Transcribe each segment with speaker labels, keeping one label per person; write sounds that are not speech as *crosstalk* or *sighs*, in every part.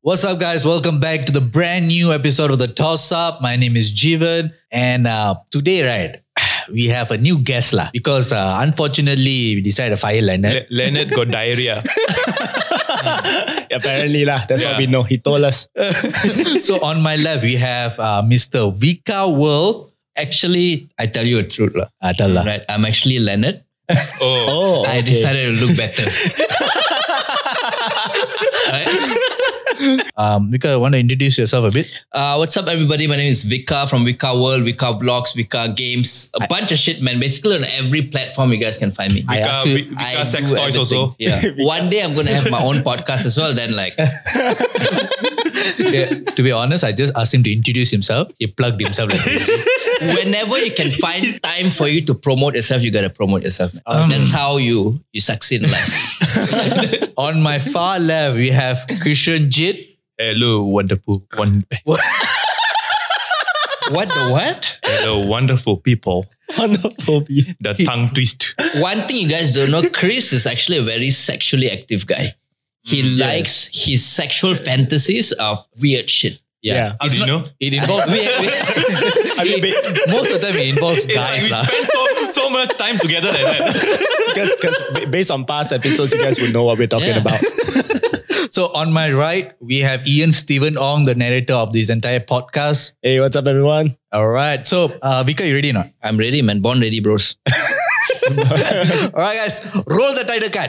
Speaker 1: What's up, guys? Welcome back to the brand new episode of the Toss Up. My name is Jivan, and uh, today, right, *sighs* we have a new guest lah. Because uh, unfortunately, we decided to fire Leonard.
Speaker 2: Le- Leonard got diarrhea.
Speaker 3: Apparently, lah. That's
Speaker 2: Yeah.
Speaker 3: what we know. He told us.
Speaker 1: *laughs* so on my left, we have uh, Mr. Vika World.
Speaker 4: Actually,
Speaker 1: I tell you the truth lah. I tell lah.
Speaker 4: right, I'm actually Leonard.
Speaker 2: Oh,
Speaker 3: Oh,
Speaker 4: I decided to look better. right?
Speaker 1: Um, Vika, want to introduce yourself a bit?
Speaker 4: Uh, what's up, everybody? My name is Vika from Vika World, Vika Vlogs, Vika Games, a bunch of shit, man. Basically, on every platform you guys can find me.
Speaker 1: I
Speaker 2: Vika,
Speaker 1: asked you.
Speaker 2: Vi- Vika
Speaker 4: I
Speaker 2: sex
Speaker 4: do
Speaker 2: toys
Speaker 4: everything.
Speaker 2: also.
Speaker 4: *laughs* Yeah. One day I'm gonna have my own podcast as well. Then *laughs* like,
Speaker 1: Yeah, to be honest, I just asked him to introduce himself. He plugged himself like this.
Speaker 4: whenever you can find time for you to promote yourself, you gotta promote yourself. man. That's how you you succeed in life.
Speaker 1: on my far left, we have Christian Jit.
Speaker 2: Hello, wonderful, one,
Speaker 4: *laughs* what the what?
Speaker 2: hello, wonderful people.
Speaker 3: wonderful.
Speaker 2: The tongue twist.
Speaker 4: One thing you guys don't know, Chris is actually a very sexually active guy. He likes his sexual fantasies of weird shit.
Speaker 3: Yeah.
Speaker 2: How do
Speaker 1: *laughs*
Speaker 2: you know?
Speaker 1: It involves
Speaker 3: I mean, ba-
Speaker 1: most of the time *laughs* it involves
Speaker 2: It's like
Speaker 1: guys lah.
Speaker 2: we spend so, so much time together like that.
Speaker 3: because, because ba- based on past episodes, you guys would know what we're talking
Speaker 4: Yeah.
Speaker 3: about.
Speaker 1: So on my right, we have Ian Stephen Ong, the narrator of this entire podcast.
Speaker 3: Hey, what's up, everyone?
Speaker 1: All right. So uh, Vika, you ready or not?
Speaker 4: *laughs* I'm ready, man. Born ready, bros.
Speaker 1: All right, guys, roll the title card.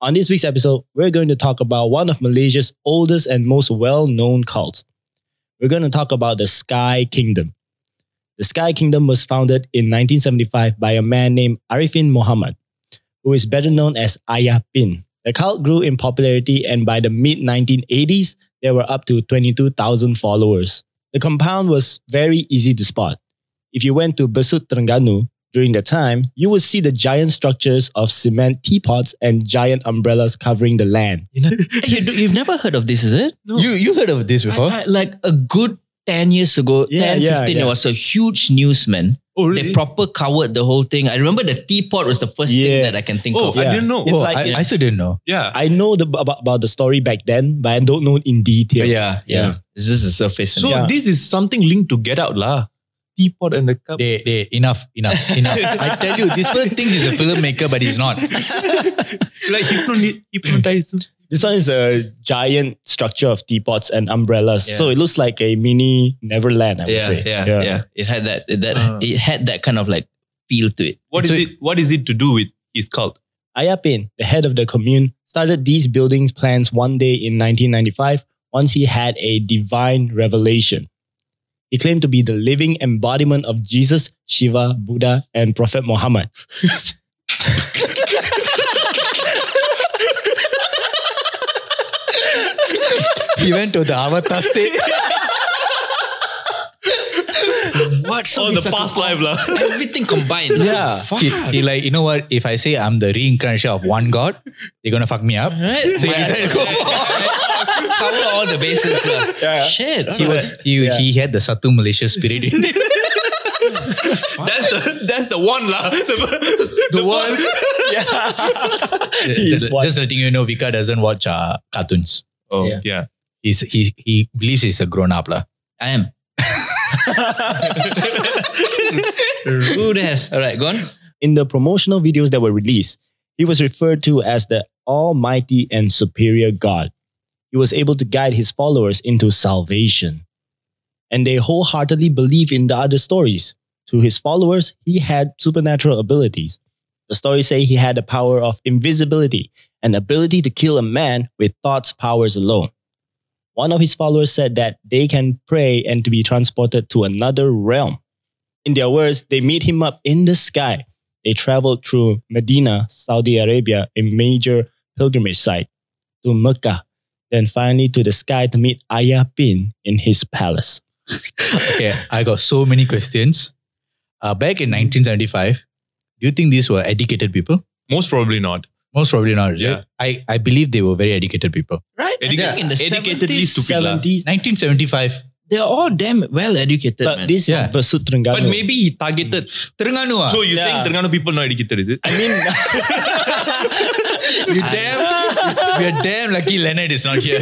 Speaker 3: On this week's episode, we're going to talk about one of Malaysia's oldest and most well known cults. We're going to talk about the Sky Kingdom. The Sky Kingdom was founded in 1975 by a man named Arifin Muhammad, who is better known as Ayapin. The cult grew in popularity, and by the mid 1980s, there were up to 22,000 followers. The compound was very easy to spot. If you went to Besut Terengganu, during that time, you would see the giant structures of cement teapots and giant umbrellas covering the land.
Speaker 4: you do, you've never heard of this, is it?
Speaker 1: You you heard of this before?
Speaker 4: I- I- like a good 10 years ago,
Speaker 3: Yeah,
Speaker 4: 10,
Speaker 3: yeah,
Speaker 4: 15,
Speaker 3: yeah.
Speaker 4: it was a huge news, man.
Speaker 2: Oh,
Speaker 4: They proper covered the whole thing. I remember the teapot was the first thing
Speaker 3: Yeah.
Speaker 4: that I can think
Speaker 2: Oh,
Speaker 4: of.
Speaker 2: I
Speaker 3: Yeah.
Speaker 2: didn't know.
Speaker 3: It's
Speaker 1: oh,
Speaker 3: like-
Speaker 1: I, I still didn't know.
Speaker 2: Yeah.
Speaker 3: I know the, about, about the story back then, but I don't know in detail.
Speaker 4: yeah, yeah. It's just the surface.
Speaker 2: So
Speaker 3: Yeah.
Speaker 2: this is something linked to Get Out lah. Teapot and the cup.
Speaker 1: They, they, enough, *laughs* enough, enough. I tell you, this person thinks he's a filmmaker, but he's not.
Speaker 2: like hypno- hypnotism.
Speaker 3: This one is a giant structure of teapots and umbrellas.
Speaker 4: Yeah.
Speaker 3: So it looks like a mini Neverland, I would
Speaker 4: yeah,
Speaker 3: say.
Speaker 4: yeah, yeah, It had that, it- that
Speaker 2: Ah.
Speaker 4: it had that kind of like feel to it.
Speaker 2: What is
Speaker 1: So-
Speaker 2: it? What is it to do with his cult?
Speaker 3: Ayapin, the head of the commune, started these buildings plans one day in 1995 once he had a divine revelation. He claimed to be the living embodiment of Jesus, Shiva, Buddha, and Prophet Muhammad.
Speaker 1: He went to the avatar state.
Speaker 4: What? So
Speaker 2: All
Speaker 4: this
Speaker 2: Oh, the
Speaker 4: are
Speaker 2: past
Speaker 4: com-
Speaker 2: life lah.
Speaker 4: *laughs* Everything combined.
Speaker 3: Yeah.
Speaker 1: He, he like, you know what? If I say I'm the reincarnation of one god, they're gonna fuck me up.
Speaker 4: Right?
Speaker 1: So he decided to go
Speaker 4: Cover all the bases. Yeah.
Speaker 3: Yeah. *laughs*
Speaker 4: Shit.
Speaker 1: He was he,
Speaker 3: Yeah.
Speaker 1: he had the Satu Malaysia spirit in him.
Speaker 2: That's the that's the one lah. The,
Speaker 1: *laughs*
Speaker 2: the
Speaker 1: one.
Speaker 3: He
Speaker 1: just,
Speaker 3: is one.
Speaker 1: just letting you know, Vika doesn't watch uh, cartoons.
Speaker 2: Oh
Speaker 4: Yeah.
Speaker 2: yeah.
Speaker 1: He's, he he believes he's a grown up lah.
Speaker 4: I
Speaker 2: *laughs*
Speaker 4: am. Rude ass. All right, go on.
Speaker 3: In the promotional videos that were released, he was referred to as the Almighty and Superior God. He was able to guide his followers into salvation. And they wholeheartedly believe in the other stories. To his followers, he had supernatural abilities. The stories say he had the power of invisibility, an ability to kill a man with thoughts powers alone. One of his followers said that they can pray and to be transported to another realm. In their words, they meet him up in the sky. They traveled through Medina, Saudi Arabia, a major pilgrimage site, to Mecca, then finally to the sky to meet Ayah Bin in his palace.
Speaker 1: Okay, I got so many questions. Uh, back in 1975, do you think these were educated people?
Speaker 2: Most probably not.
Speaker 1: Most probably not. right?
Speaker 2: Yeah.
Speaker 1: I, I believe they were very educated people.
Speaker 4: Right? I
Speaker 2: Educa-
Speaker 4: think in the
Speaker 2: educatedly
Speaker 4: 70s,
Speaker 2: stupid lah.
Speaker 3: 70s.
Speaker 1: 1975.
Speaker 4: They're all damn well educated,
Speaker 3: But
Speaker 4: man.
Speaker 3: this
Speaker 1: Yeah.
Speaker 3: is Besut Terengganu.
Speaker 2: But maybe he targeted.
Speaker 1: Terengganu ah?
Speaker 2: So you
Speaker 3: Yeah.
Speaker 2: think Terengganu people not educated, is it?
Speaker 3: I mean,
Speaker 1: you *laughs* damn, we're damn lucky Leonard is not here.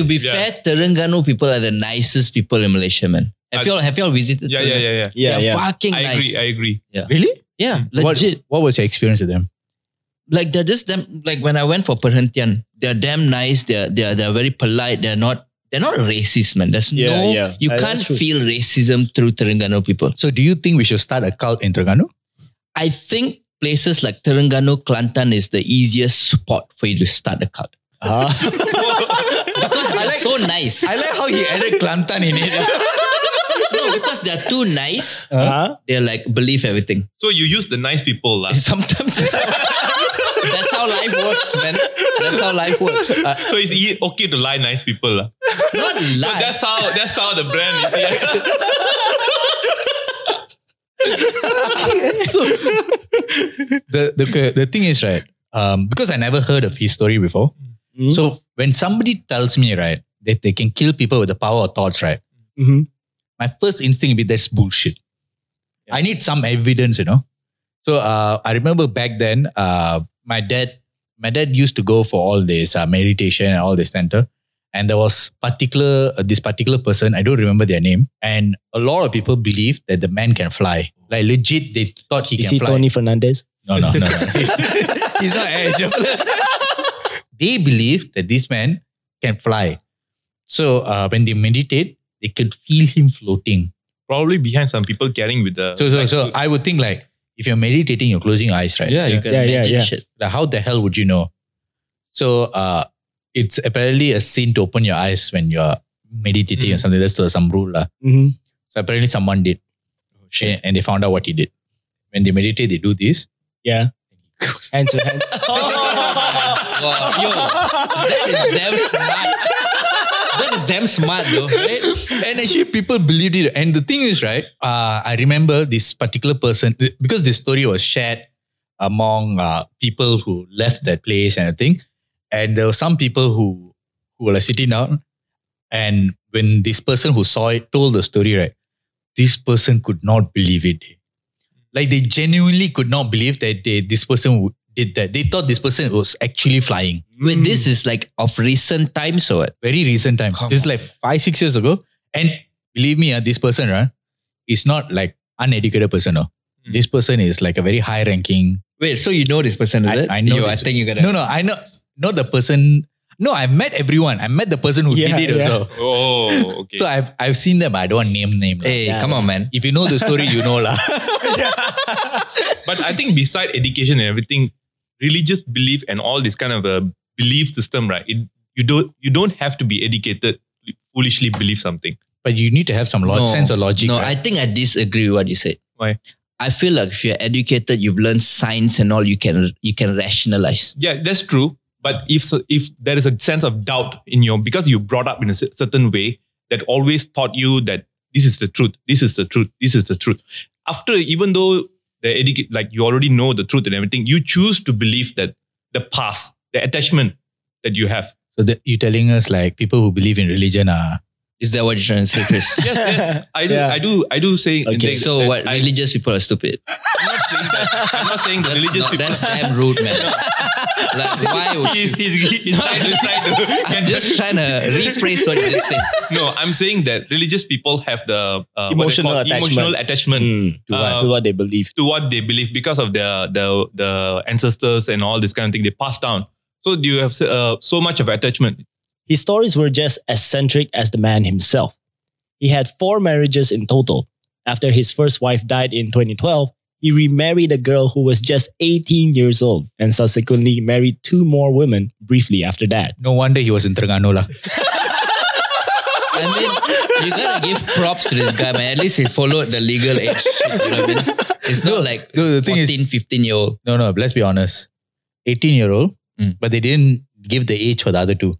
Speaker 4: to be
Speaker 2: Yeah.
Speaker 4: fair, Terengganu people are the nicest people in Malaysia, man. Have
Speaker 2: Uh,
Speaker 4: y'all have y'all visited?
Speaker 2: Yeah, yeah,
Speaker 4: Terengganu?
Speaker 2: yeah, yeah.
Speaker 3: yeah,
Speaker 4: They're
Speaker 3: yeah.
Speaker 4: fucking
Speaker 2: I
Speaker 4: nice.
Speaker 2: agree. I agree.
Speaker 1: Really?
Speaker 4: yeah,
Speaker 1: What,
Speaker 4: legit.
Speaker 1: what was your experience with them?
Speaker 4: Like they're just them. Like when I went for Perhentian, they're damn nice. They're they're they're very polite. They're not they're not racist, man. There's
Speaker 3: Yeah,
Speaker 4: no
Speaker 3: yeah.
Speaker 4: you
Speaker 3: Uh,
Speaker 4: can't
Speaker 3: that's true.
Speaker 4: feel racism through Terengganu people.
Speaker 1: So do you think we should start a cult in Terengganu?
Speaker 4: I think places like Terengganu, Kelantan is the easiest spot for you to start a cult. *laughs* Because they're so nice.
Speaker 1: I like how he added Kelantan in it. *laughs*
Speaker 4: No, because they're too nice.
Speaker 3: Huh?
Speaker 4: They're like believe
Speaker 1: *laughs*
Speaker 4: everything.
Speaker 2: So you use the nice people, lah.
Speaker 4: Sometimes that's how- *laughs* that's how life works, man. That's how life works. Uh,
Speaker 2: So it's e- okay to lie nice people, lah.
Speaker 4: not life.
Speaker 2: That's how. That's how the brand is. Yeah.
Speaker 1: so the, the the thing is right, um, because I never heard of his story before.
Speaker 3: Mm.
Speaker 1: So when somebody tells me right that they can kill people with the power of thoughts, right?
Speaker 3: Mhm.
Speaker 1: my first instinct would be that's bullshit. I need some evidence, you know. So uh, I remember back then, uh, my dad, my dad used to go for all this uh, meditation and all this center, and there was particular uh, this particular person I don't remember their name, and a lot of people believe that the man can fly. Like legit, they thought he
Speaker 3: Is
Speaker 1: can
Speaker 3: he
Speaker 1: fly.
Speaker 3: Tony Fernandez?
Speaker 1: No, no, no,
Speaker 3: *laughs*
Speaker 1: no. he's, he's not Air Shuffler. *laughs* they believe that this man can fly. So uh, when they meditate, they could feel him floating.
Speaker 2: Probably behind some people carrying with the.
Speaker 1: So, so, so I would think like if you're meditating, you're closing your eyes, right?
Speaker 4: yeah, you can
Speaker 3: Yeah, yeah,
Speaker 4: imagine
Speaker 3: yeah.
Speaker 4: shit.
Speaker 1: Like, how the hell would you know? So uh, it's apparently a sin to open your eyes when you're meditating or
Speaker 2: Mm.
Speaker 4: Hmm.
Speaker 1: something. That's some rule. lah.
Speaker 3: Mhm.
Speaker 1: So apparently someone did.
Speaker 4: Oh,
Speaker 1: And, and they found out what he did. When they meditate, they do this.
Speaker 3: Yeah. Hands to hands.
Speaker 1: Oh.
Speaker 4: *laughs* Wow, Oh yo, that is damn smart. That is damn smart, though, right?
Speaker 1: and actually people believed it and the thing is right uh, i remember this particular person th- because this story was shared among uh, people who left that place and everything and there were some people who who were like sitting down and when this person who saw it told the story right this person could not believe it like they genuinely could not believe that they, this person would- did that they thought this person was actually flying
Speaker 4: Wait, this is like of recent times or what?
Speaker 1: very recent time.
Speaker 4: Come
Speaker 1: this is like five, six years ago. And believe me, uh, this person right, is not like uneducated person. No.
Speaker 2: Mm.
Speaker 1: This person is like a very high ranking.
Speaker 4: Hmm. Wait, so you know this person,
Speaker 1: I- I know
Speaker 4: Yo,
Speaker 1: this-
Speaker 4: I think you're gonna.
Speaker 1: No, no, I know not the person. No, I've met everyone. I met the person who
Speaker 3: Yeah,
Speaker 1: did it
Speaker 3: yeah.
Speaker 1: also.
Speaker 2: Oh, okay.
Speaker 1: So I've I've seen them. I don't want name name. lah.
Speaker 4: Hey,
Speaker 3: Yeah.
Speaker 4: come on, man.
Speaker 1: If you know the story, you know
Speaker 4: *laughs*
Speaker 1: lah.
Speaker 2: but I think beside education and everything, religious belief and all this kind of a belief system, right? It, you don't you don't have to be educated to foolishly believe something.
Speaker 1: But you need to have some log-
Speaker 4: No,
Speaker 1: sense of logic. ah.
Speaker 4: No,
Speaker 1: right?
Speaker 4: I think I disagree with what you said.
Speaker 2: Why?
Speaker 4: I feel like if you're educated, you've learned science and all, you can you can rationalize.
Speaker 2: Yeah, that's true. But if so- if there is a sense of doubt in your because you brought up in a cer- certain way that always taught you that this is the truth, this is the truth, this is the truth. After even though the educate like you already know the truth and everything, you choose to believe that the past, the attachment that you have.
Speaker 1: so that you're telling us like people who believe in religion ah, are
Speaker 4: Is that what you're trying to say, *laughs* Chris?
Speaker 2: Yes,
Speaker 3: *laughs*
Speaker 2: yes. I do,
Speaker 3: Yeah.
Speaker 2: I do, I do say.
Speaker 3: Okay.
Speaker 2: think
Speaker 4: so
Speaker 2: that
Speaker 4: what?
Speaker 2: I,
Speaker 4: religious people are *laughs* stupid.
Speaker 2: I'm not saying that. I'm not saying the
Speaker 4: That's,
Speaker 2: religious
Speaker 4: not-
Speaker 2: people.
Speaker 4: that's damn rude, *laughs* man. like, why would you?
Speaker 2: *laughs* he's, he's,
Speaker 4: *laughs*
Speaker 2: he's trying to, trying to
Speaker 4: I'm
Speaker 2: get-
Speaker 4: just trying to rephrase what you just said.
Speaker 2: no. I'm saying that religious people have the uh, what they
Speaker 3: Emotional
Speaker 2: call
Speaker 3: attachment.
Speaker 2: emotional attachment
Speaker 3: Mm, to, what, to what they believe.
Speaker 2: to what they believe because of their the the ancestors and all this kind of thing they pass down. So you have uh, so much of attachment.
Speaker 3: His stories were just eccentric as the man himself. He had four marriages in total. After his first wife died in 2012, he remarried a girl who was just 18 years old and subsequently married two more women briefly after that.
Speaker 1: no wonder he was in Terengganu lah.
Speaker 4: I mean, you gotta give props to this guy, man. At least he followed the legal age. shit, you know what I mean? It's not like
Speaker 1: no, the thing
Speaker 4: 14,
Speaker 1: is-
Speaker 4: 15 year old.
Speaker 1: No, no, let's be honest. 18 year old,
Speaker 2: Hmm.
Speaker 4: Mm.
Speaker 1: but they didn't give the age for the other two.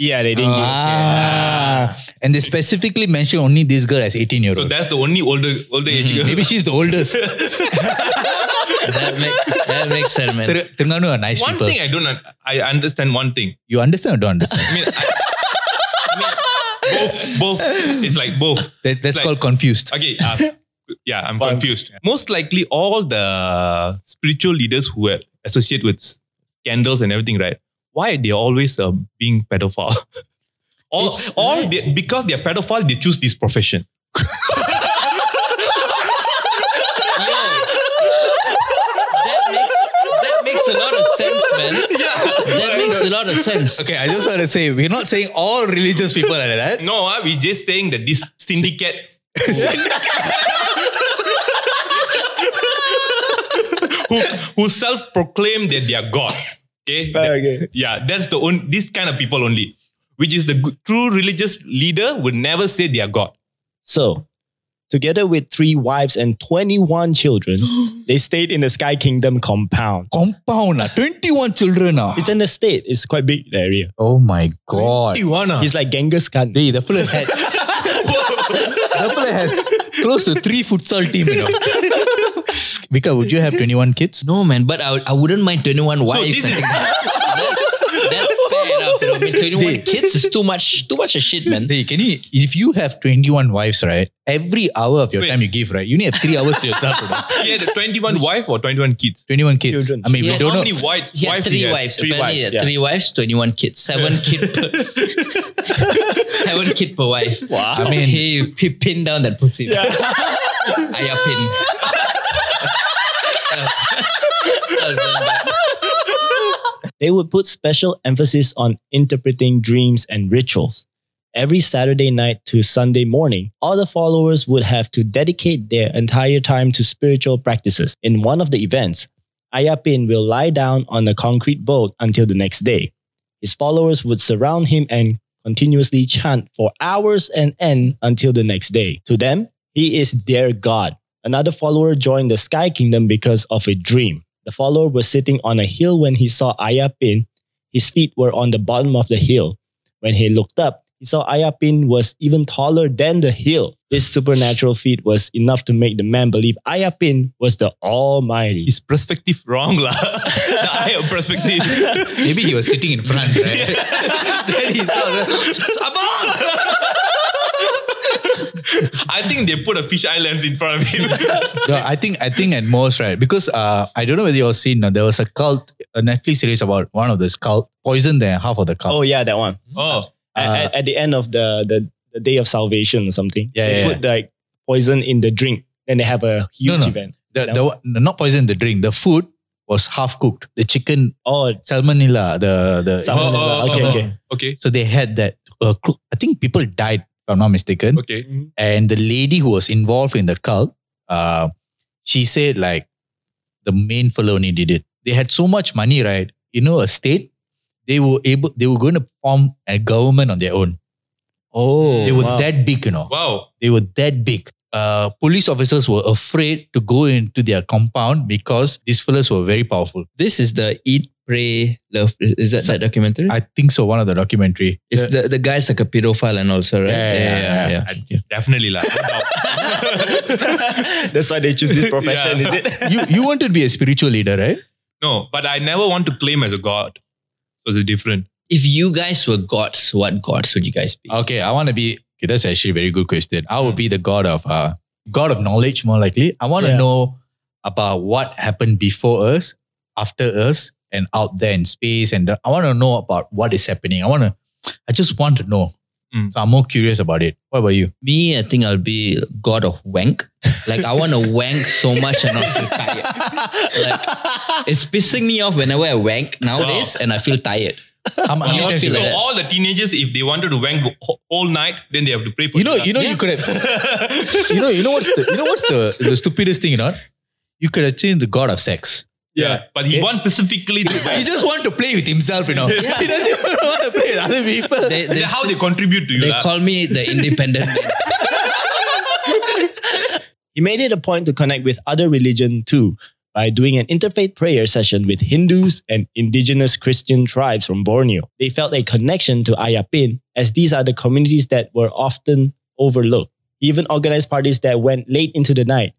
Speaker 3: Yeah, they didn't.
Speaker 1: Ah. And they specifically mention only this girl as 18 year
Speaker 2: So
Speaker 1: old.
Speaker 2: that's the only older older age girl.
Speaker 1: Mm-hmm. Maybe she's the oldest.
Speaker 4: That makes that makes sense, man.
Speaker 1: Ter- Terengganu are nice
Speaker 2: *laughs* One
Speaker 1: people.
Speaker 2: thing I don't un- I understand one thing.
Speaker 1: you understand or don't understand?
Speaker 2: I mean, I, I mean, both, both. It's like both.
Speaker 1: That, that's
Speaker 2: Like-
Speaker 1: called confused.
Speaker 2: *laughs* Okay. Uh, yeah, I'm
Speaker 3: But-
Speaker 2: confused. Most likely, all the spiritual leaders who are associated with scandals and everything, right? Why are they always uh, being pedophile? *laughs* all,
Speaker 4: It's-
Speaker 2: all they, because they are pedophile, they choose this profession.
Speaker 4: that makes that makes a lot of sense, man. That makes a lot of sense.
Speaker 1: Okay, I just want to say we're not saying all religious people are like that.
Speaker 2: No, uh, we're just saying that this syndicate. who, who self-proclaim that they are God. Okay?
Speaker 3: Okay.
Speaker 2: Yeah, that's the only this kind of people only. Which is the good, true religious leader would never say they are God.
Speaker 3: So, together with three wives and 21 *gasps* children, they stayed in the Sky Kingdom compound.
Speaker 1: Compound, ah, 21 children. Ah.
Speaker 3: It's an estate. It's quite big the area.
Speaker 1: oh my god.
Speaker 4: ah?
Speaker 2: Iwana.
Speaker 3: It's like Genghis Khan.
Speaker 1: Hey, the fella
Speaker 2: *laughs*
Speaker 1: had the fella has close to three futsal team, you know. *laughs* Vika, would you have 21 kids?
Speaker 4: No, man, but I, I wouldn't mind 21 wives.
Speaker 2: this
Speaker 4: I
Speaker 2: is-
Speaker 4: think
Speaker 2: *laughs*
Speaker 4: that's, that's fair enough. You know, I mean, 21
Speaker 1: Hey.
Speaker 4: kids is too much, too much of shit, man.
Speaker 1: Hey, can you if you have 21 wives, right? Every hour of your
Speaker 2: Wait.
Speaker 1: time you give, right? You need three hours to yourself. you
Speaker 2: *laughs*
Speaker 1: know.
Speaker 2: He had 21 wife or 21 kids.
Speaker 1: 21 kids.
Speaker 3: Children.
Speaker 1: I mean, we
Speaker 4: Yeah,
Speaker 2: How
Speaker 1: don't
Speaker 2: many
Speaker 1: know.
Speaker 2: wives?
Speaker 4: He had
Speaker 2: wife
Speaker 4: three
Speaker 2: he had?
Speaker 4: wives.
Speaker 2: Three
Speaker 4: Apparently,
Speaker 2: wives.
Speaker 4: he had
Speaker 3: yeah.
Speaker 4: three wives, 21 kids, seven kid
Speaker 2: *laughs*
Speaker 4: per, seven kid per wife. Wow.
Speaker 1: I mean-
Speaker 4: he, he pinned down that pussy. Yeah. *laughs* Aya
Speaker 2: *laughs*
Speaker 4: pin.
Speaker 3: They would put special emphasis on interpreting dreams and rituals. Every Saturday night to Sunday morning, all the followers would have to dedicate their entire time to spiritual practices. In one of the events, Ayapin will lie down on a concrete boat until the next day. His followers would surround him and continuously chant for hours and end until the next day. To them, he is their god. Another follower joined the Sky Kingdom because of a dream. The follower was sitting on a hill when he saw Ayapin. His feet were on the bottom of the hill. When he looked up, he saw Ayapin was even taller than the hill. This supernatural feat was enough to make the man believe Ayapin was the Almighty.
Speaker 2: Is perspective wrong? lah? *laughs* the eye of perspective.
Speaker 4: *laughs*
Speaker 1: Maybe he was sitting in front,
Speaker 2: *laughs*
Speaker 1: right? then he saw the-
Speaker 2: I think they put a fish eye lens in front of him.
Speaker 1: No, I think I think at most right because uh, I don't know whether you've seen uh, there was a cult a Netflix series about one of this cult poison there half of the cult.
Speaker 3: Oh yeah, that one.
Speaker 2: *laughs* oh.
Speaker 3: at, at- at the end of the, the the day of salvation or something.
Speaker 1: Yeah,
Speaker 3: they
Speaker 1: yeah,
Speaker 3: put like poison in the drink, then they have a huge
Speaker 1: no.
Speaker 3: event.
Speaker 1: the,
Speaker 3: that
Speaker 1: the one- not poison the drink the food was half cooked the chicken
Speaker 3: Oh,
Speaker 1: salmonella the the
Speaker 2: Oh,
Speaker 3: Salmonella.
Speaker 2: oh, oh,
Speaker 3: okay,
Speaker 2: oh.
Speaker 3: okay. *laughs*
Speaker 2: okay.
Speaker 1: so they had that uh, cru- I think people died if I'm not mistaken
Speaker 2: Okay.
Speaker 1: and the lady who was involved in the cult uh, she said like the main fellow only did it they had so much money right you know a state they were able they were going to form a government on their own
Speaker 3: Oh,
Speaker 1: they were that big you know
Speaker 2: Wow.
Speaker 1: they were that big. Uh, police officers were afraid to go into their compound because these fellas were very powerful.
Speaker 4: This is the Eat, Pray, Love. Is, is that that documentary?
Speaker 1: I think so. One of the documentary.
Speaker 4: it's the, the guy's like a pedophile and also, right?
Speaker 1: Yeah, yeah, yeah,
Speaker 2: Definitely lah. No doubt. *laughs*
Speaker 3: that's why they choose this
Speaker 2: profession,
Speaker 1: *laughs*
Speaker 2: Yeah.
Speaker 3: is it?
Speaker 1: you you wanted to be a spiritual leader, right?
Speaker 2: No, but I never want to claim as a god. So it's different.
Speaker 4: If you guys were gods, what gods would you guys be?
Speaker 1: Okay, I want to be. Okay, that's actually a very good question. I would be the god of uh, god of knowledge, more likely. I want to
Speaker 3: Yeah.
Speaker 1: know about what happened before us, after us, and out there in space. And I want to know about what is happening. I want to. I just want to know.
Speaker 2: Mm.
Speaker 1: So I'm more curious about it. What about you?
Speaker 4: Me, I think I'll be god of wank. Like I want to wank so much and not feel tired. Like it's pissing me off whenever I wank nowadays,
Speaker 1: Oh.
Speaker 4: and I feel tired.
Speaker 1: How, how many
Speaker 4: You all
Speaker 1: times
Speaker 4: feel
Speaker 1: you
Speaker 2: so
Speaker 4: like that.
Speaker 2: all the teenagers, if they wanted to wank all night, then they have to pray for
Speaker 1: You know,
Speaker 2: Islam.
Speaker 1: you know, you *laughs* could have. you know, you know what's the you know what's the, the stupidest thing, you know? You could have changed the god of sex.
Speaker 2: Yeah, but he
Speaker 1: Yeah.
Speaker 2: wants specifically to
Speaker 1: He *laughs*
Speaker 2: wank.
Speaker 1: just want to play with himself, you know. *laughs* He doesn't even want to play with other people.
Speaker 4: They, they,
Speaker 1: *laughs*
Speaker 2: Then how they contribute to you.
Speaker 4: they
Speaker 2: lah.
Speaker 4: call me the independent man.
Speaker 3: he made it a point to connect with other religion too by doing an interfaith prayer session with Hindus and indigenous Christian tribes from Borneo. They felt a connection to Ayapin as these are the communities that were often overlooked. He even organized parties that went late into the night.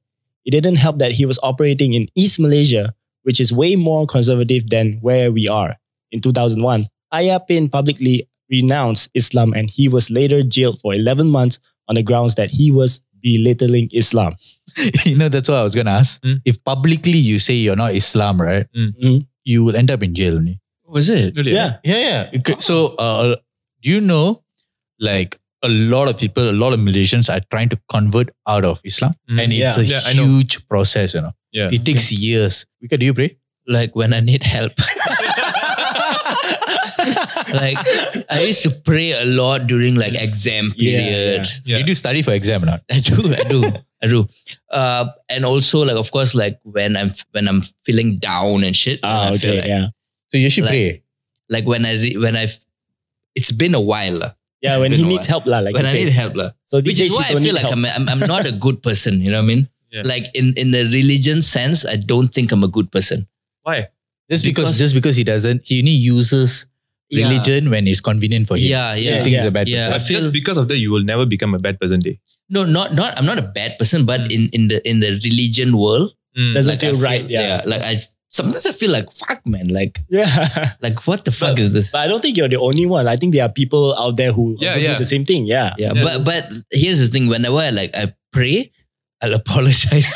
Speaker 3: It didn't help that he was operating in East Malaysia, which is way more conservative than where we are. In 2001, Ayapin publicly renounced Islam and he was later jailed for 11 months on the grounds that he was belittling Islam.
Speaker 1: *laughs* you know, that's what I was going to ask.
Speaker 2: Mm.
Speaker 1: If publicly you say you're not Islam, right?
Speaker 2: Mm.
Speaker 3: Mm.
Speaker 1: You will end up in jail only.
Speaker 4: Was it?
Speaker 2: Really?
Speaker 3: Yeah.
Speaker 1: Yeah, yeah. Okay, So, uh, do you know, like, a lot of people, a lot of Malaysians are trying to convert out of Islam.
Speaker 2: Mm.
Speaker 1: And it's
Speaker 3: Yeah.
Speaker 1: a
Speaker 2: Yeah, I know.
Speaker 1: huge process, you know.
Speaker 2: Yeah.
Speaker 1: It takes years. Vika, do you pray?
Speaker 4: Like when I need help. *laughs* like I used to pray a lot during like exam
Speaker 3: Yeah,
Speaker 4: period.
Speaker 2: Yeah.
Speaker 1: Did you study for exam or not?
Speaker 4: *laughs* I do, I do, I do. Uh, and also like of course like when I'm when I'm feeling down and shit.
Speaker 3: Ah,
Speaker 4: I feel
Speaker 3: okay,
Speaker 4: like,
Speaker 3: yeah.
Speaker 1: So you should
Speaker 4: Like-
Speaker 1: pray.
Speaker 4: like when I re- when I've it's been a while lah.
Speaker 3: Yeah,
Speaker 4: It's
Speaker 3: when
Speaker 4: been
Speaker 3: he
Speaker 4: a
Speaker 3: needs help, lah, like
Speaker 4: when
Speaker 3: you
Speaker 4: I
Speaker 3: said.
Speaker 4: need help lah.
Speaker 3: So these
Speaker 4: which is
Speaker 3: days
Speaker 4: why
Speaker 3: he
Speaker 4: I
Speaker 3: don't
Speaker 4: feel
Speaker 3: need
Speaker 4: like
Speaker 3: help. *laughs*
Speaker 4: I'm, I'm I'm not a good person. You know what I mean?
Speaker 2: Yeah.
Speaker 4: Like in in the religion sense, I don't think I'm a good person.
Speaker 2: Why?
Speaker 1: Just because,
Speaker 4: Because-
Speaker 1: just because he doesn't, he only uses religion when it's convenient for him. So
Speaker 4: Yeah, yeah.
Speaker 1: he
Speaker 4: yeah.
Speaker 1: thinks he's
Speaker 3: yeah,
Speaker 1: a bad
Speaker 4: yeah.
Speaker 1: person.
Speaker 4: I
Speaker 2: But
Speaker 4: feel-
Speaker 2: eh? just because of that, you will never become a bad person day.
Speaker 4: No, not not. I'm not a bad person, but in in the in the religion world,
Speaker 2: Mm.
Speaker 3: Doesn't
Speaker 4: like
Speaker 3: feel
Speaker 4: I
Speaker 3: right, yeah.
Speaker 4: like I sometimes I feel like fuck, man. Like
Speaker 3: Yeah.
Speaker 4: like what the fuck is this?
Speaker 3: But I don't think you're the only one. I think there are people out there who
Speaker 2: Yeah,
Speaker 3: also
Speaker 2: yeah.
Speaker 3: do the same thing. Yeah.
Speaker 4: yeah,
Speaker 2: Yeah.
Speaker 4: but but here's the thing. Whenever I like I pray, I'll *laughs* apologize.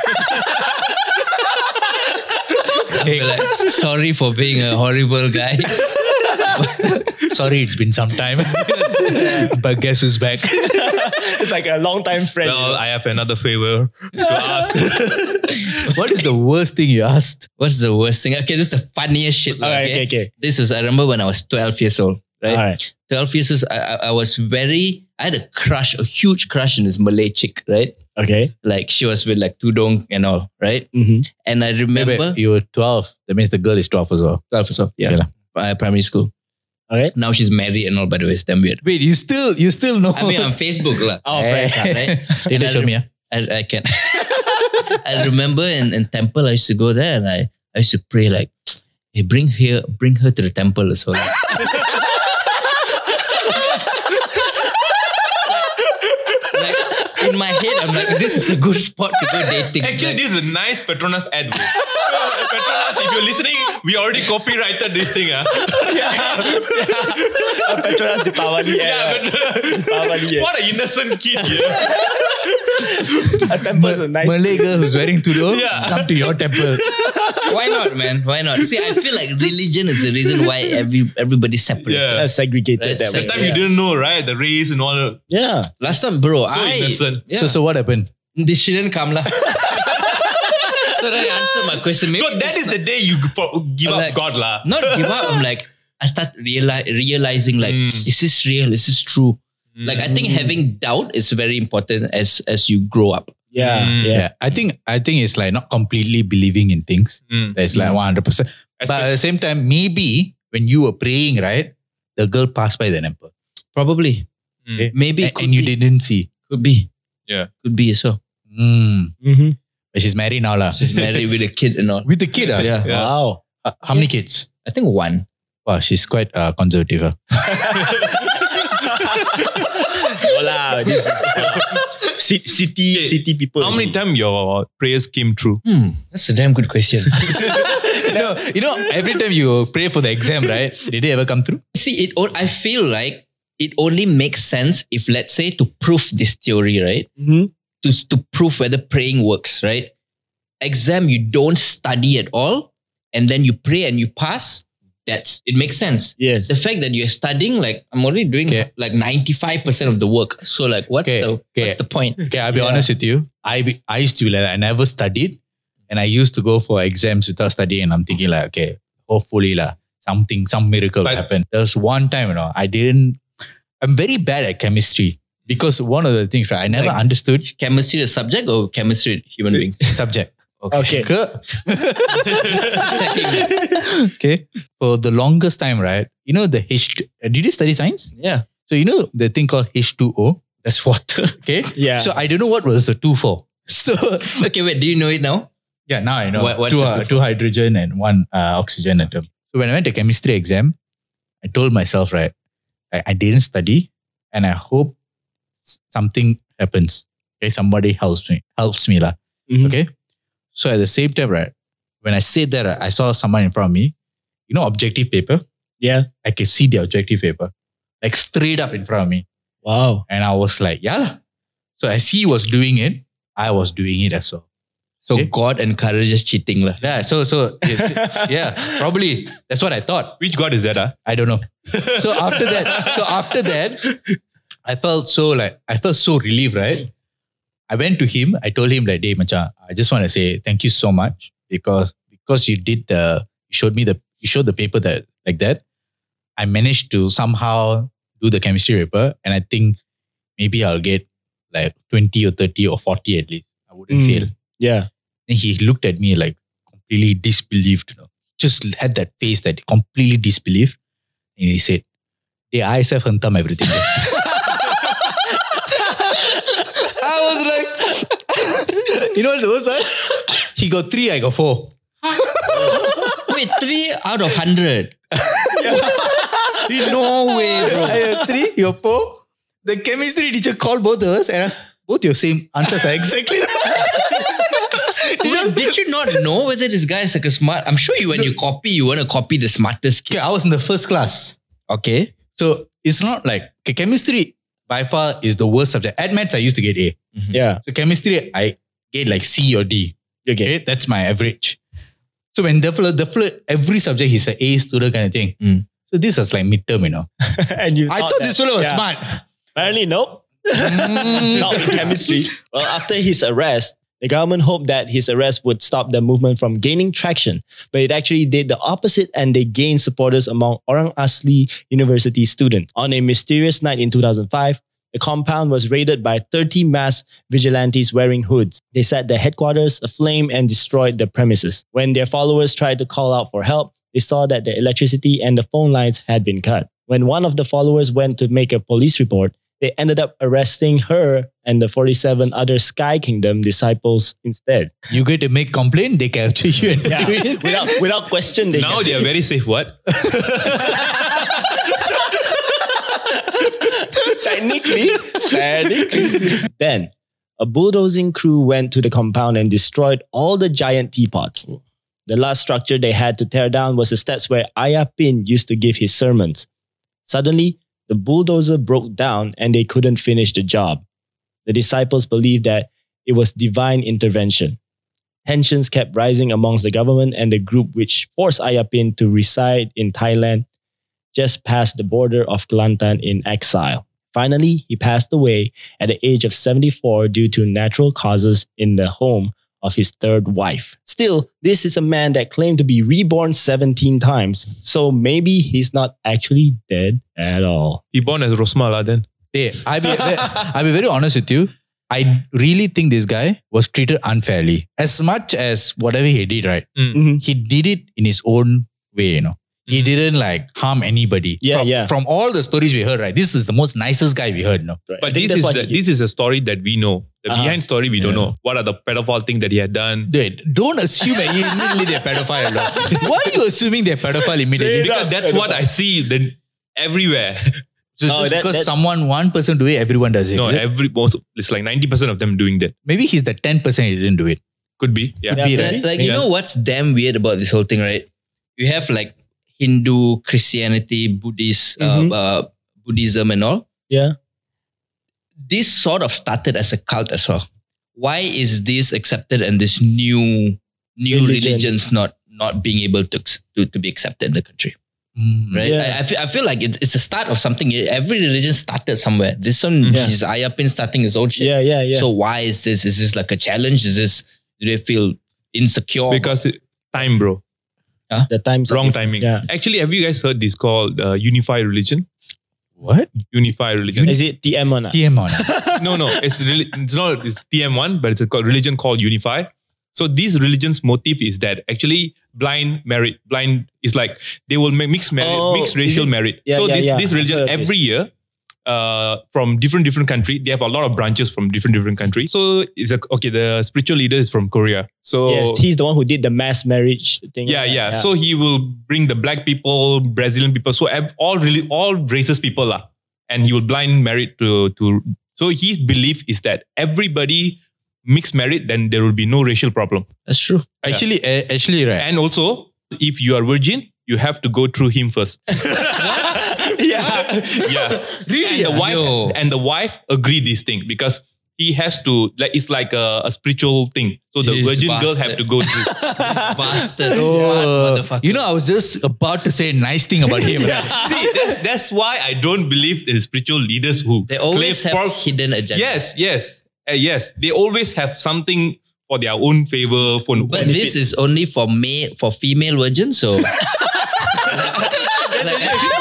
Speaker 4: I'll be like, sorry for being a horrible guy. *laughs*
Speaker 1: Sorry, it's been some
Speaker 2: *laughs*
Speaker 1: time. *laughs* but guess who's back?
Speaker 3: *laughs* it's like a long time friend.
Speaker 2: Well, I have another favor to ask.
Speaker 1: what is the worst thing you asked?
Speaker 4: What's the worst thing? Okay, this is the funniest shit.
Speaker 3: All
Speaker 4: okay?
Speaker 3: right, okay, okay.
Speaker 4: This is I remember when I was 12 years old. Right?
Speaker 3: All right.
Speaker 4: 12 years old, I, I, I was very I had a crush, a huge crush on this Malay chick, right?
Speaker 3: Okay.
Speaker 4: Like she was with like Tudong and all, right?
Speaker 3: Mm-hmm.
Speaker 4: And I
Speaker 1: Wait, wait,
Speaker 4: remember
Speaker 1: you were 12. That means the girl is 12 as well.
Speaker 4: 12 years old,
Speaker 1: Okay
Speaker 4: yeah. Uh, primary school.
Speaker 3: All right.
Speaker 4: Now she's married and all, by the way, it's damn weird.
Speaker 1: Wait, you still, you still know.
Speaker 4: I mean on Facebook, lah.
Speaker 3: Our
Speaker 1: Eh.
Speaker 3: friends.
Speaker 4: *laughs*
Speaker 3: are-
Speaker 4: right?
Speaker 1: *laughs* Later show me. ah.
Speaker 4: I, I can. *laughs* I remember in, in temple, I used to go there and I, I used to pray like, hey, bring her, bring her to the temple as well. *laughs* like, in my head, I'm like, this is a good spot to go dating.
Speaker 2: Actually,
Speaker 4: Like,
Speaker 2: this is a nice Petronas ad. bro. *laughs* Petronas, if you're listening, we already copyrighted this thing.
Speaker 3: *laughs*
Speaker 2: Ah.
Speaker 3: *laughs* Petronas eh. Deepavali.
Speaker 2: Yeah, but
Speaker 3: Deepavali.
Speaker 2: what an innocent kid. Yeah.
Speaker 3: A temple's a nice. *laughs*
Speaker 1: Malay girl who's wearing *laughs* tudor,
Speaker 2: Yeah.
Speaker 1: come to your temple.
Speaker 4: why not, man? Why not? See, I feel like religion is the reason why every everybody's separate.
Speaker 2: Yeah.
Speaker 3: Uh, segregated
Speaker 4: Right,
Speaker 3: that
Speaker 2: That
Speaker 3: way.
Speaker 2: time you
Speaker 4: Yeah.
Speaker 2: didn't know, right? The race and all. So
Speaker 3: Yeah.
Speaker 4: Last time, bro, I
Speaker 2: innocent.
Speaker 4: Yeah.
Speaker 1: So, so what happened?
Speaker 4: this shouldn't come lah. *laughs* so then I answer my question. Maybe
Speaker 2: So that
Speaker 4: it's
Speaker 2: is the day you for, give up
Speaker 4: Like-
Speaker 2: God, lah.
Speaker 4: not give up. I'm like, I start reali- realizing like, is this real? Is this true? Like, I think having doubt is very important as as you grow up.
Speaker 3: Yeah.
Speaker 2: Mm.
Speaker 3: yeah.
Speaker 1: Yeah, I think I think it's like not completely believing in things.
Speaker 2: Mm.
Speaker 1: That's like one hundred percent. But at the same time, maybe when you were praying, right, the girl passed by the temple,
Speaker 4: Probably,
Speaker 2: Mm.
Speaker 4: maybe,
Speaker 1: and,
Speaker 4: could
Speaker 1: and you
Speaker 4: be,
Speaker 1: didn't see.
Speaker 4: Could be.
Speaker 2: Yeah.
Speaker 4: could be as well.
Speaker 1: Mm.
Speaker 3: Mm-hmm.
Speaker 1: But she's married now, lah.
Speaker 4: She's married with a kid and all.
Speaker 1: With the kid, ah?
Speaker 4: Yeah.
Speaker 2: Yeah.
Speaker 3: Wow.
Speaker 1: Uh, how many kids?
Speaker 4: I think one.
Speaker 1: Wow, she's quite uh, conservative. ah.
Speaker 3: Hola. This is Ci- city
Speaker 2: Okay.
Speaker 3: city people.
Speaker 2: How many times your prayers came true?
Speaker 4: *laughs* Hmm, that's a damn good question. *laughs*
Speaker 1: *laughs* no, you know, every time you pray for the exam, right? Did it ever come through?
Speaker 4: See, it. o- I feel like it only makes sense if, let's say, to prove this theory, right?
Speaker 3: Mhm.
Speaker 4: to, to prove whether praying works, right? Exam, you don't study at all, and then you pray and you pass. That's it makes sense.
Speaker 3: Yes.
Speaker 4: The fact that you're studying, like I'm already doing
Speaker 1: Okay.
Speaker 4: like 95% of the work. So like what's
Speaker 1: Okay,
Speaker 4: the
Speaker 1: okay.
Speaker 4: what's the point?
Speaker 1: Okay, I'll be
Speaker 3: Yeah.
Speaker 1: honest with you. I be, I used to be like that. I never studied, and I used to go for exams without studying. And I'm thinking like, okay, hopefully lah, something, some miracle will
Speaker 2: But-
Speaker 1: happen. There was one time, you know, I didn't. I'm very bad at chemistry because one of the things, right? I never
Speaker 4: Like-
Speaker 1: understood
Speaker 4: *laughs* Chemistry the subject or chemistry human beings?
Speaker 1: subject.
Speaker 3: okay.
Speaker 4: *laughs*
Speaker 1: Okay.
Speaker 4: Checking.
Speaker 1: okay. For the longest time, right? You know the H. Did you study science?
Speaker 4: Yeah. *laughs*
Speaker 1: So you know the thing called H2O.
Speaker 4: That's water. *laughs*
Speaker 1: Okay.
Speaker 3: Yeah.
Speaker 1: So I don't know what was the two for. *laughs* So
Speaker 4: okay, wait, do you know it now?
Speaker 1: yeah, now I know
Speaker 4: What- what's
Speaker 1: two,
Speaker 4: the
Speaker 1: uh,
Speaker 4: two
Speaker 1: two hydrogen and one uh, oxygen atom. So when I went to chemistry exam, I told myself right, I, I didn't study, and I hope s- something happens. Okay, somebody helps me, helps me lah.
Speaker 4: Mm-hmm.
Speaker 3: Mhm.
Speaker 1: Okay, so at the same time, right, when I said that, right, I saw someone in front of me. You know, objective paper.
Speaker 3: Yeah.
Speaker 1: I could see the objective paper. like straight up in front of me.
Speaker 3: Wow.
Speaker 1: And I was like, yeah. lah." So as he was doing it, I was doing it as well.
Speaker 4: So
Speaker 1: Okay.
Speaker 4: God encourages cheating. lah.
Speaker 1: Yeah. So, so it's- yeah, probably that's what I thought.
Speaker 2: Which god is that? Ah,
Speaker 1: I don't know. So after that, so after that, I felt so like, I felt so relieved, right? I went to him. I told him like, hey, Macha, I just want to say thank you so much because, because you did the, you showed me the, you showed the paper that like that. I managed to somehow do the chemistry paper. And I think maybe I'll get like 20 or 30 or 40 at least. I wouldn't
Speaker 3: Mm.
Speaker 1: fail.
Speaker 3: Yeah.
Speaker 1: And he looked at me like completely disbelieved. You know? Just had that face that completely disbelieved. And he said, Yeah, I self hantam everything. *laughs* I was like, *laughs* You know what's the worst part? He got three, I got four.
Speaker 4: Wait, three out of
Speaker 1: *laughs*
Speaker 4: hundred. *laughs* no way, bro.
Speaker 1: I got three, you got four. The chemistry teacher called both of us and asked, Both your same answers are exactly the same. You know?
Speaker 4: Wait, did you not know whether this guy is like a smart? I'm sure you when you copy, you want to copy the smartest kid.
Speaker 1: Okay, I was in the first class.
Speaker 4: Okay.
Speaker 1: So it's not like okay, chemistry by far is the worst subject. At maths, I used to get A.
Speaker 4: Mm-hmm.
Speaker 3: Yeah.
Speaker 1: So chemistry, I get like C or D.
Speaker 3: Okay.
Speaker 1: Okay, that's my average. So when the fella, the fella, every subject he's an A student kind of thing.
Speaker 4: Mm.
Speaker 1: So this was like midterm, you know.
Speaker 3: *laughs* and you
Speaker 1: I thought
Speaker 3: Hmm. that-
Speaker 1: this fella was
Speaker 3: yeah.
Speaker 1: smart.
Speaker 3: Apparently, nope. *laughs* Not in chemistry. Well, after his arrest, the government hoped that his arrest would stop the movement from gaining traction, but it actually did the opposite and they gained supporters among Orang Asli University students. On a mysterious night in 2005, the compound was raided by 30 masked vigilantes wearing hoods. They set their headquarters aflame and destroyed the premises. When their followers tried to call out for help, they saw that the electricity and the phone lines had been cut. When one of the followers went to make a police report, they ended up arresting her and the 47 other Sky Kingdom disciples instead.
Speaker 1: You get to make complaint, they capture you. And do it.
Speaker 3: *laughs* without, without question, they
Speaker 2: now they are very safe.
Speaker 3: *laughs*
Speaker 2: What?
Speaker 3: technically, *laughs* technically. Then, a bulldozing crew went to the compound and destroyed all the giant teapots. The last structure they had to tear down was the steps where Aya Pin used to give his sermons. Suddenly, the bulldozer broke down and they couldn't finish the job. The disciples believed that it was divine intervention. Tensions kept rising amongst the government and the group, which forced Ayapin to reside in Thailand just past the border of Kelantan in exile. Finally, he passed away at the age of 74 due to natural causes in the home of his third wife. Still, this is a man that claimed to be reborn 17 times, so maybe he's not actually dead at all.
Speaker 2: He born as Rosmala then.
Speaker 1: Hey, I'll be, I'll be very honest with you. I really think this guy was treated unfairly. As much as whatever he did, right?
Speaker 3: Mhm.
Speaker 1: he did it in his own way, you know. He
Speaker 2: Mhm.
Speaker 1: didn't like harm anybody.
Speaker 3: Hmm. Yeah,
Speaker 1: from,
Speaker 3: yeah.
Speaker 1: From all the stories we heard, right? This is the most nicest guy we heard, no?
Speaker 3: Right. I
Speaker 2: But
Speaker 3: think
Speaker 2: this
Speaker 3: that's
Speaker 2: is
Speaker 3: what
Speaker 2: the,
Speaker 3: he did.
Speaker 2: this is a story that we know. The
Speaker 3: Uh-huh.
Speaker 2: behind story we don't know. What are the pedophile thing that he had done?
Speaker 1: Dude, don't assume that immediately they're pedophile. No? Why are you assuming they're pedophile immediately?
Speaker 2: Because that's what I see then everywhere. *laughs*
Speaker 1: So
Speaker 3: Oh,
Speaker 1: just
Speaker 3: that-
Speaker 1: because
Speaker 3: that's-
Speaker 1: someone, one person do it, everyone does it.
Speaker 2: no,
Speaker 1: Is it?
Speaker 2: every most it's like ninety percent of them doing that.
Speaker 1: Maybe he's the 10% he didn't do it.
Speaker 2: Could be. Yeah.
Speaker 3: Yeah.
Speaker 1: Be,
Speaker 4: Like,
Speaker 1: right?
Speaker 4: like, you
Speaker 2: Yeah.
Speaker 4: know what's damn weird about this whole thing, right? You have like Hindu, Christianity, Buddhist,
Speaker 3: Mhm.
Speaker 4: uh, uh, Buddhism, and all.
Speaker 3: Yeah.
Speaker 4: This sort of started as a cult as well. Why is this accepted and this new new
Speaker 3: Religion.
Speaker 4: religions not not being able to ex- to, to be accepted in the country?
Speaker 1: Mm.
Speaker 4: right?
Speaker 3: Yeah.
Speaker 4: I, I, feel, I feel like it's, it's a start of something. Every religion started somewhere. This one
Speaker 3: Yeah.
Speaker 4: is Ayapin starting his own shit.
Speaker 3: Yeah, yeah, yeah.
Speaker 4: So why is this? Is this like a challenge? Is this do they feel insecure?
Speaker 2: Because it, time, bro.
Speaker 3: the times
Speaker 2: Wrong timing.
Speaker 3: Yeah.
Speaker 2: Actually, have you guys heard this called uh, Unify Religion?
Speaker 1: What?
Speaker 2: Unify Religion.
Speaker 3: Is it TM or not?
Speaker 1: TM on.
Speaker 2: *laughs* no, no, it's really, it's not it's TM1, but it's a called religion called Unify. So these religions' motive is that actually blind married blind is like they will make mixed marriage,
Speaker 3: Oh,
Speaker 2: mixed
Speaker 3: is
Speaker 2: racial
Speaker 3: it-
Speaker 2: marriage.
Speaker 3: Yeah,
Speaker 2: so
Speaker 3: yeah,
Speaker 2: this
Speaker 3: yeah.
Speaker 2: this
Speaker 3: I've
Speaker 2: religion
Speaker 3: heard of
Speaker 2: every year. Uh, from different different country, they have a lot of branches from different different country. So it's a, okay. The spiritual leader is from Korea. So
Speaker 3: Yes, he's the one who did the mass marriage thing.
Speaker 2: yeah, yeah, So he will bring the black people, Brazilian people, so ev- all really all races people lah. and he will blind married to to. So his belief is that everybody mixed married, then there will be no racial problem.
Speaker 4: That's true.
Speaker 1: actually, uh, actually, right.
Speaker 2: And also, if you are virgin, you have to go through him first.
Speaker 3: yeah.
Speaker 2: yeah.
Speaker 1: Really?
Speaker 2: And the
Speaker 1: ah?
Speaker 2: wife
Speaker 4: Yo.
Speaker 2: and the wife agreed this thing because he has to like it's like a, a spiritual thing. So the
Speaker 4: Jeez,
Speaker 2: virgin girl have
Speaker 4: bastard.
Speaker 2: to go through.
Speaker 1: *laughs*
Speaker 4: Bastards.
Speaker 1: Oh,
Speaker 4: Smart
Speaker 1: you know, I was just about to say a nice thing about him. right?
Speaker 2: *laughs* See, that's, that's why I don't believe in spiritual leaders who
Speaker 4: They always
Speaker 2: claim
Speaker 4: have
Speaker 2: props-
Speaker 4: hidden agenda.
Speaker 2: Yes, yes, uh, yes. They always have something for their own favor. For
Speaker 4: But this is only for male for female virgins, so Like-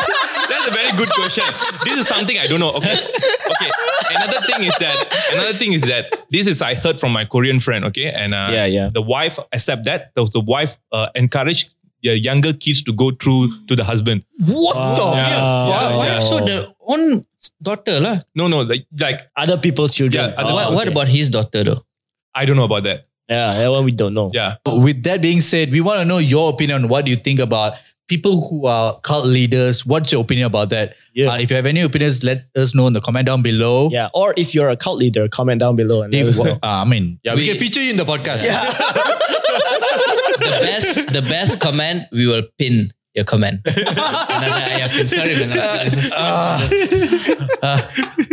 Speaker 2: That's a very good question. This is something I don't know. Okay. Okay. Another thing is that another thing is that this is I heard from my Korean friend. Okay, and uh,
Speaker 3: Yeah, yeah.
Speaker 2: The wife accept that the, the wife uh, encourage the younger kids to go through to the husband.
Speaker 1: What the
Speaker 3: Yeah.
Speaker 1: fuck?
Speaker 2: Yeah.
Speaker 4: Why so the own daughter lah.
Speaker 2: No, no, like, like
Speaker 3: Other people's children.
Speaker 2: Yeah, other
Speaker 4: what,
Speaker 2: Oh,
Speaker 4: what about his daughter though?
Speaker 2: I don't know about that.
Speaker 3: Yeah, that one we don't know.
Speaker 2: Yeah.
Speaker 1: With that being said, we want to know your opinion on what you think about people who are cult leaders. What's your opinion about that?
Speaker 3: Yeah.
Speaker 1: Uh, if you have any opinions, let us know in the comment down below.
Speaker 3: Yeah, or if you're a cult leader, comment down below and
Speaker 1: Hey,
Speaker 3: let us
Speaker 1: wha-
Speaker 3: know.
Speaker 1: uh, I mean, yeah, we,
Speaker 4: We-
Speaker 1: can feature you in the podcast.
Speaker 4: The best the best comment we will pin your comment. No, no, yeah, pin. Sorry, man. This is-
Speaker 1: Uh,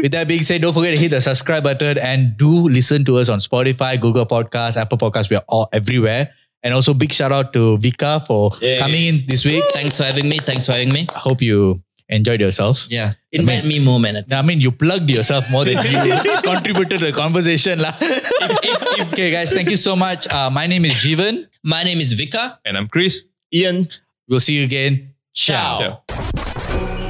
Speaker 1: With that being said, don't forget to hit the subscribe button and do listen to us on Spotify, Google Podcasts, Apple Podcasts. We are all everywhere. And also, big shout out to Vika for
Speaker 2: Yes.
Speaker 1: coming in this week.
Speaker 4: Thanks for having me. Thanks for having me.
Speaker 1: I hope you enjoyed yourself.
Speaker 4: Yeah. Invite me more, man.
Speaker 1: I mean, you plugged yourself more than you *laughs* contributed to the conversation. lah. okay, guys, thank you so much. Uh, my name is Jeevan.
Speaker 4: My name is Vika.
Speaker 2: And I'm Chris.
Speaker 3: Ian,
Speaker 1: We'll see you again. Ciao.
Speaker 2: Ciao.